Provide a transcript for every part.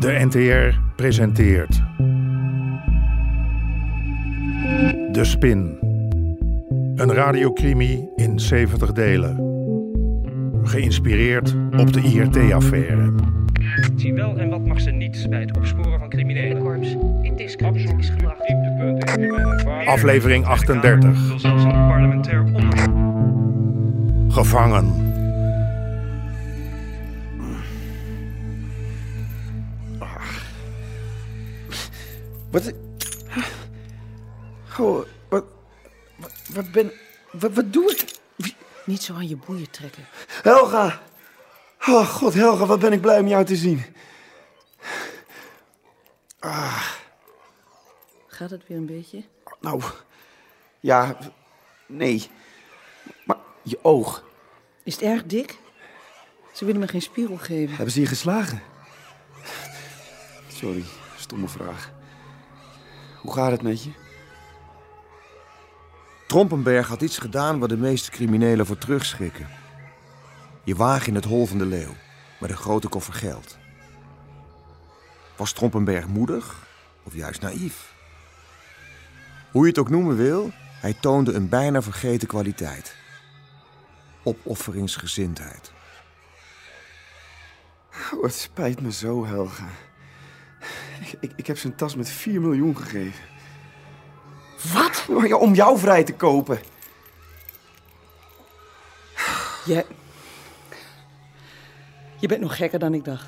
De NTR presenteert. De Spin. Een radiocrimi in 70 delen. Geïnspireerd op de IRT-affaire. Zie wel en wat mag ze niet bij het opsporen van criminelen. Korps indiscreet is gedrag. Aflevering 38. Wil zelfs een parlementair onderzoek. Gevangen. Wat? Goh, wat, wat, wat ben wat, wat doe ik? Wie- Niet zo aan je boeien trekken. Helga! Oh god, Helga, wat ben ik blij om jou te zien. Gaat het weer een beetje? Nou, ja, w- nee. Maar je oog, Is het erg dik? Ze willen me geen spiegel geven. hebben ze je geslagen? Sorry, stomme vraag. Hoe gaat het met je? Trompenberg had iets gedaan waar de meeste criminelen voor terugschrikken. Je waag in het hol van de leeuw, met een grote koffer geld. Was Trompenberg moedig of juist naïef? Hoe je het ook noemen wil, hij toonde een bijna vergeten kwaliteit. Opofferingsgezindheid. Oh, het spijt me zo, Helga. Ik, ik, ik heb zijn tas met 4 miljoen gegeven. Wat? Om jou vrij te kopen. Jij... Je bent nog gekker dan ik dacht.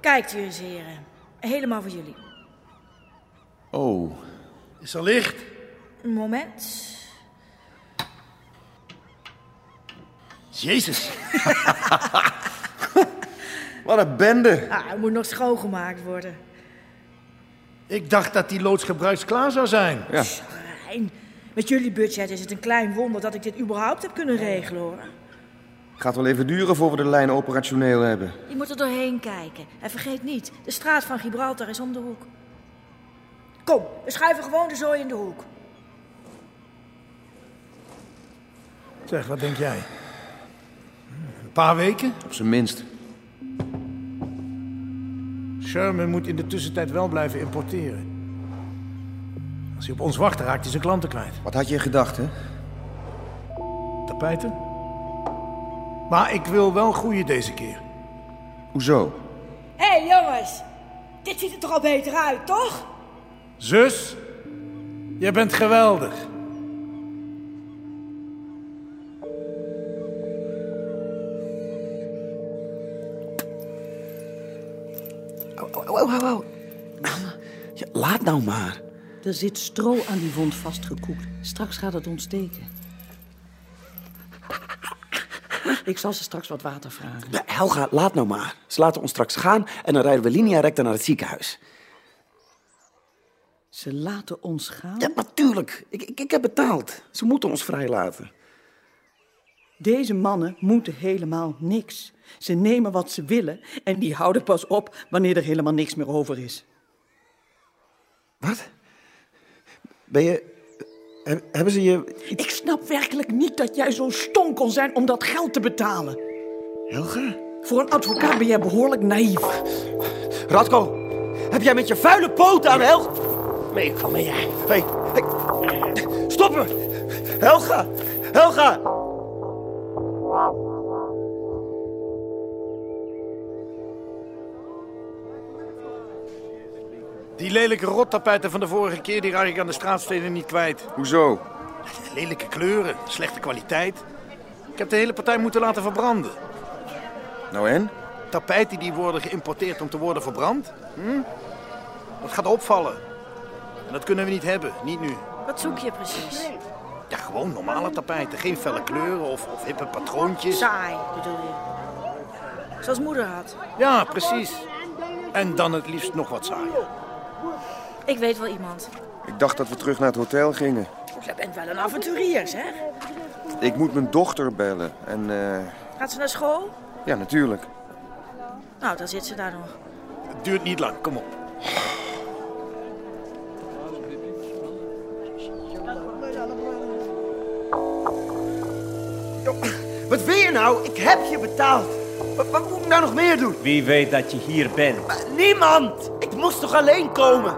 Kijkt u eens, heren. Helemaal voor jullie. Oh, Is er licht? Een moment. Jezus. Wat een bende! Ah, het moet nog schoongemaakt worden. Ik dacht dat die loods gebruiksklaar zou zijn. Fijn. Met jullie budget is het een klein wonder dat ik dit überhaupt heb kunnen regelen, hoor. Gaat wel even duren voor we de lijn operationeel hebben. Je moet er doorheen kijken. En vergeet niet, de straat van Gibraltar is om de hoek. Kom, we schuiven gewoon de zooi in de hoek. Zeg, wat denk jij? Een paar weken? Op zijn minst. Sherman moet in de tussentijd wel blijven importeren. Als hij op ons wacht, raakt hij zijn klanten kwijt. Wat had je in gedachten? Tapijten? Maar ik wil wel groeien deze keer. Hoezo? Hé, hey, jongens. Dit ziet er toch al beter uit, toch? Zus, je bent geweldig. Au, au, au, au, au. Ja, laat nou maar. Er zit stro aan die wond vastgekoekt. Straks gaat het ontsteken. Ik zal ze straks wat water vragen. Ja, Helga, laat nou maar. Ze laten ons straks gaan en dan rijden we linea recta naar het ziekenhuis. Ze laten ons gaan? Ja, natuurlijk. Ik, ik, ik heb betaald. Ze moeten ons vrijlaten. Deze mannen moeten helemaal niks. Ze nemen wat ze willen en die houden pas op wanneer er helemaal niks meer over is. Wat? Ben je... heb- Hebben ze je... Ik snap werkelijk niet dat jij zo stom kon zijn om dat geld te betalen. Helga? Voor een advocaat ben jij behoorlijk naïef. Radko, heb jij met je vuile poot aan Helga... Nee, kom mee jij. Hey, hey. Stop me! Helga! Helga! Die lelijke rottapijten van de vorige keer, die raak ik aan de straatsteden niet kwijt. Hoezo? Lelijke kleuren, slechte kwaliteit. Ik heb de hele partij moeten laten verbranden. Nou en? tapijten die worden geïmporteerd om te worden verbrand? Hm? Dat gaat opvallen. En dat kunnen we niet hebben, niet nu. Wat zoek je precies? Ja, gewoon normale tapijten. Geen felle kleuren of, of hippe patroontjes. Saai, bedoel je. Zoals moeder had. Ja, precies. En dan het liefst nog wat saaier. Ik weet wel iemand. Ik dacht dat we terug naar het hotel gingen. Jij bent wel een avonturier, zeg. Ik moet mijn dochter bellen. En eh, Gaat ze naar school? ja, natuurlijk. Nou, dan zit ze daar nog. Het duurt niet lang, kom op. nou? Ik heb je betaald. Wat, wat moet ik nou nog meer doen? Wie weet dat je hier bent. Maar Niemand! Ik moest toch alleen komen?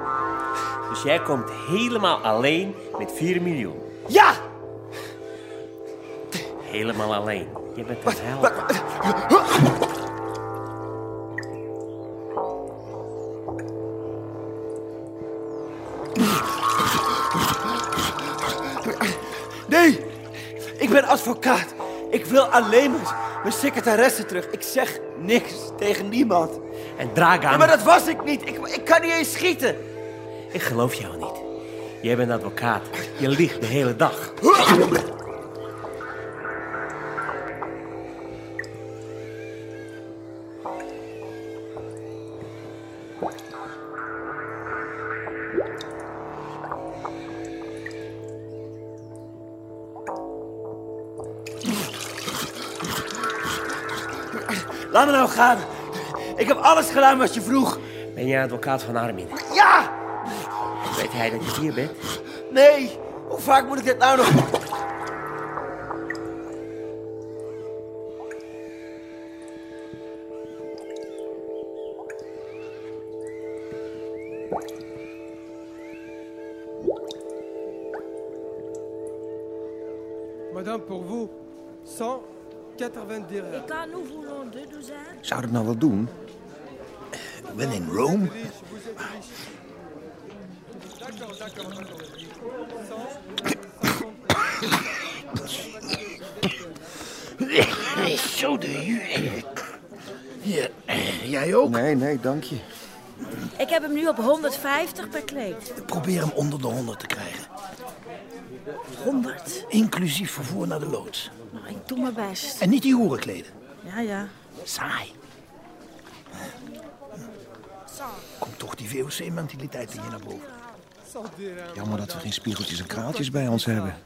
Dus jij komt helemaal alleen met 4 miljoen. Ja! Helemaal alleen. Je bent een held. Wat- Nee! Ik ben advocaat. Ik wil alleen maar mijn secretaresse terug. Ik zeg niks tegen niemand. En Dragan, Ja, maar dat was ik niet. Ik, ik kan niet eens schieten. ik geloof jou niet. Jij bent advocaat. Je liegt de hele dag. Laat me nou gaan. Ik heb alles gedaan wat je vroeg. Ben jij advocaat van Armin? Ja! Weet hij dat je hier bent? Nee! Hoe vaak moet ik dit nou nog... Madame, pour vous, 190 dirhams. Ik kan nu voelen de dozijn. Zou dat nou wel doen? Ik ben in Rome. Zo de Hier, eh, jij ook? Nee, nee, dank je. Ik heb hem nu op 150 per kleed. Probeer hem onder de 100 te krijgen. 100. Inclusief vervoer naar de loods. Nou, ik doe mijn best. En niet die hoeren kleden. Ja, ja. Saai. Komt toch die VOC-mentaliteit in je naar boven. Jammer dat we geen spiegeltjes en kraaltjes bij ons hebben.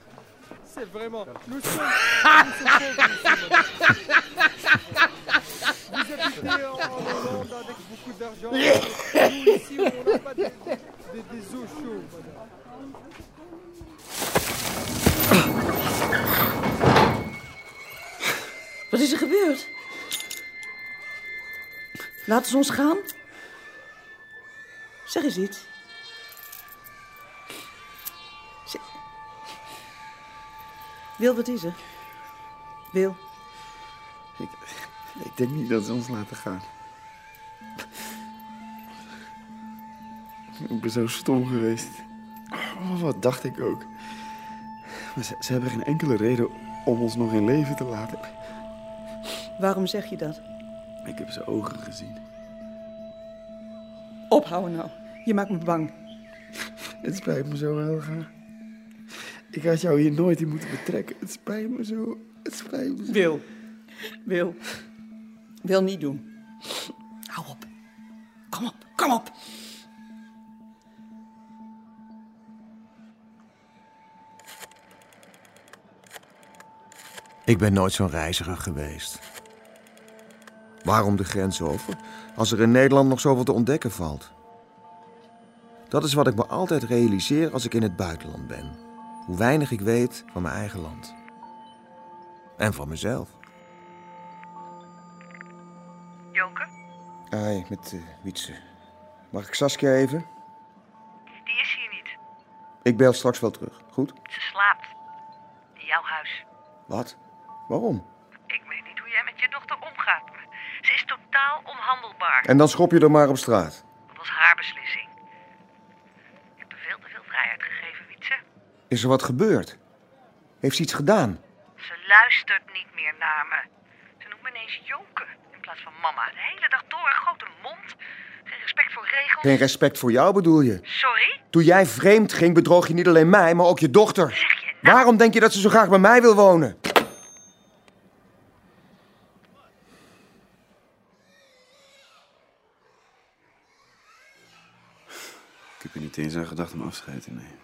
C'est vraiment. Nous sommes. nous sommes pauvres, monsieur Madame. Vous habitez en en Hollande avec beaucoup d'argent. Nous, ici, on n'a pas des, des, des eaux chaudes. madame. Wat is er gebeurd? Laten ze ons gaan? Zeg eens iets. Ze- Wil, wat is er? Wil, Ik denk niet dat ze ons laten gaan. Ik ben zo stom geweest. Oh, wat dacht ik ook. Maar ze, ze hebben geen enkele reden om ons nog in leven te laten. waarom zeg je dat? Ik heb zijn ogen gezien. Ophouden nou. Je maakt me bang. Het spijt me zo, Helga. Ik had jou hier nooit in moeten betrekken. Het spijt me zo. Het spijt me zo. Wil. Wil. Wil niet doen. Hou op. Kom op, kom op. Ik ben nooit zo'n reiziger geweest. Waarom de grens over, als er in Nederland nog zoveel te ontdekken valt? Dat is wat ik me altijd realiseer als ik in het buitenland ben. Hoe weinig ik weet van mijn eigen land. En van mezelf. Joke, Ai, met eh, Wietse. Mag ik Saskia even? die is hier niet. Ik bel straks wel terug, goed? Ze slaapt. In jouw huis. Wat? Waarom? Ik weet niet hoe jij met je dochter omgaat. maar Ze is totaal onhandelbaar. En dan schop je er maar op straat. Dat was haar beslissing. Je hebt er veel te veel vrijheid gegeven, Wietse. Is er wat gebeurd? Heeft ze iets gedaan? Ze luistert niet meer naar me. Ze noemt me ineens Joke in plaats van mama. De hele dag door een grote mond. Geen respect voor regels. Geen respect voor jou bedoel je? Sorry? Toen jij vreemd ging, bedroog je niet alleen mij, maar ook je dochter. Zeg je nou? Waarom denk je dat ze zo graag bij mij wil wonen? Ik heb er niet eens aan gedacht om afscheid te nemen.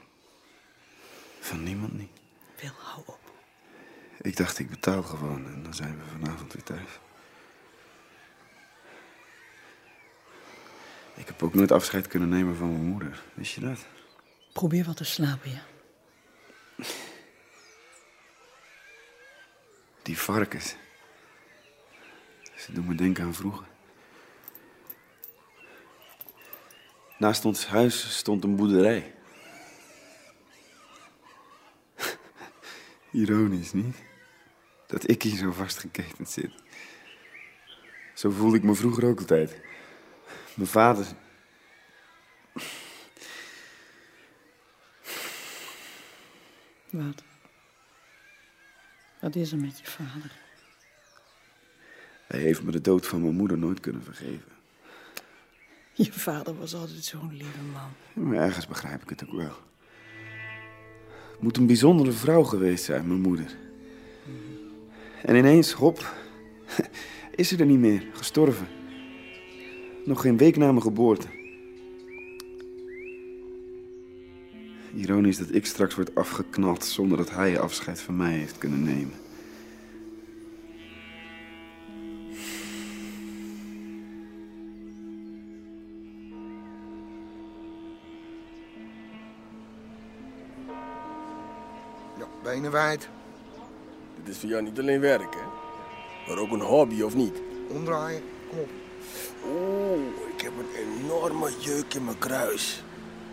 Van niemand niet. Wil, hou op. Ik dacht, ik betaal gewoon en dan zijn we vanavond weer thuis. Ik heb ook nooit afscheid kunnen nemen van mijn moeder. Wist je dat? Probeer wat te slapen, ja. Die varkens. Ze doen me denken aan vroeger. Naast ons huis stond een boerderij. Ironisch, niet? Dat ik hier zo vastgeketend zit. Zo voelde ik me vroeger ook altijd. Mijn vader. Wat? Wat is er met je vader? Hij heeft me de dood van mijn moeder nooit kunnen vergeven. Je vader was altijd zo'n lieve man. Maar ergens begrijp ik het ook wel. Het moet een bijzondere vrouw geweest zijn, mijn moeder. En ineens, hop, is ze er niet meer, gestorven. Nog geen week na mijn geboorte. Ironisch dat ik straks word afgeknald zonder dat hij afscheid van mij heeft kunnen nemen. Ja, benen wijd. Dit is voor jou niet alleen werk, hè? Maar ook een hobby, of niet? Omdraaien. Kom op. Oeh, ik heb een enorme jeuk in mijn kruis.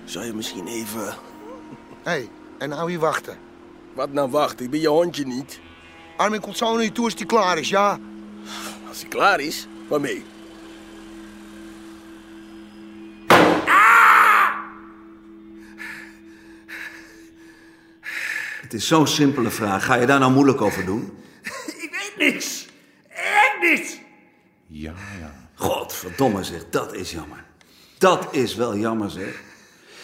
Zou je misschien even... Hé, hey, en nou hier wachten. Wat nou wachten? Ik ben je hondje niet. Armin komt zo naar je toe als die klaar is, ja? Als hij klaar is, waarmee? Het is zo'n simpele vraag. Ga je daar nou moeilijk over doen? Ik weet niks. Echt niets. Ja, ja. Godverdomme zeg, dat is jammer. Dat is wel jammer zeg.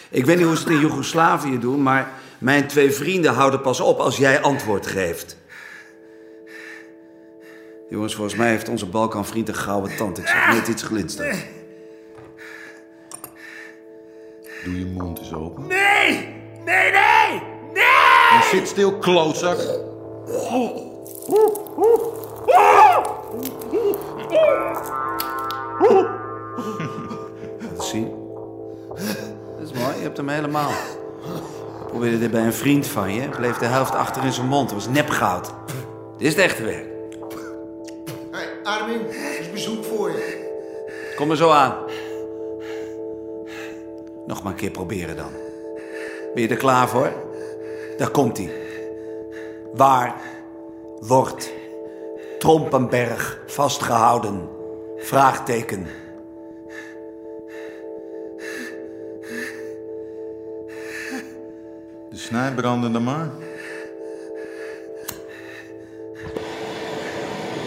Ik weet niet hoe ze het in Joegoslavië doen, maar mijn twee vrienden houden pas op als jij antwoord geeft. Jongens, volgens mij heeft onze Balkanvriend een gouden tand. Ik zag net iets glinsteren. Doe je mond eens open. Nee! Nee, nee! En zit stil, klootzak. Dat zie je. Dat is mooi, je hebt hem helemaal. Ik probeerde dit bij een vriend van je. Bleef de helft achter in zijn mond. Het was nepgoud. Dit is het echte werk. Armin, er is bezoek voor je. Kom er zo aan. Nog maar een keer proberen dan. Ben je er klaar voor? Daar komt hij. Waar wordt Trompenberg vastgehouden? Vraagteken. De snijbrandende maar.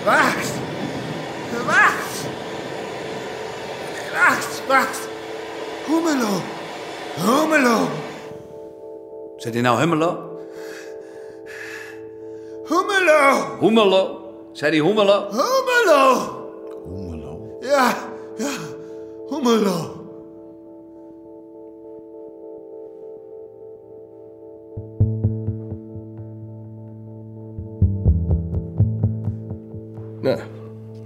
Wacht! Wacht! Wacht, wacht! Homelo! Homelo! Zit hij nou Hummelo? Hummelo! Hummelo? Zei hij Hummelo? Hummelo! Ja, ja, Homelo! Nou,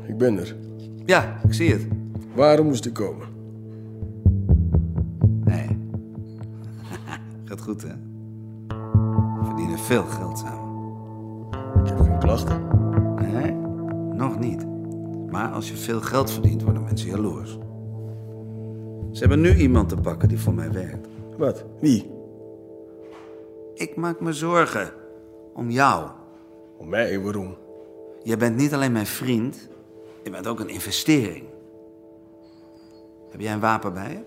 ik ben er. Ja, ik zie het. Waarom moest ik komen? Gaat goed, hè? We verdienen veel geld samen. Ik heb geen klachten. Nee, nog niet. Maar als je veel geld verdient, worden mensen jaloers. Ze hebben nu iemand te pakken die voor mij werkt. Wat? Wie? Ik maak me zorgen. Om jou. Om mij? Waarom? Je bent niet alleen mijn vriend, je bent ook een investering. Heb jij een wapen bij je?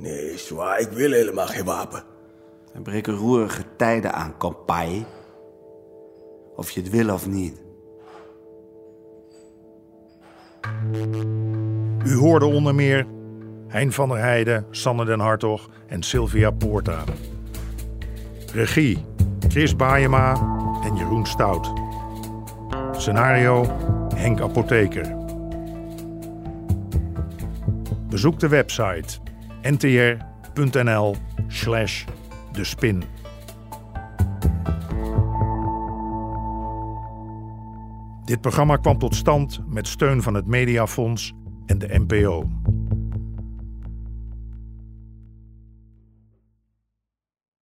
Nee, zwaar, ik wil helemaal geen wapen. Er breken roerige tijden aan, kampai. Of je het wil of niet. U hoorde onder meer Hein van der Heijden, Sanne den Hartog en Sylvia Poorta. Regie Chris Baayema en Jeroen Stout. Scenario Henk Apotheker. Bezoek de website ntr.nl slash de spin. Dit programma kwam tot stand met steun van het Mediafonds en de NPO.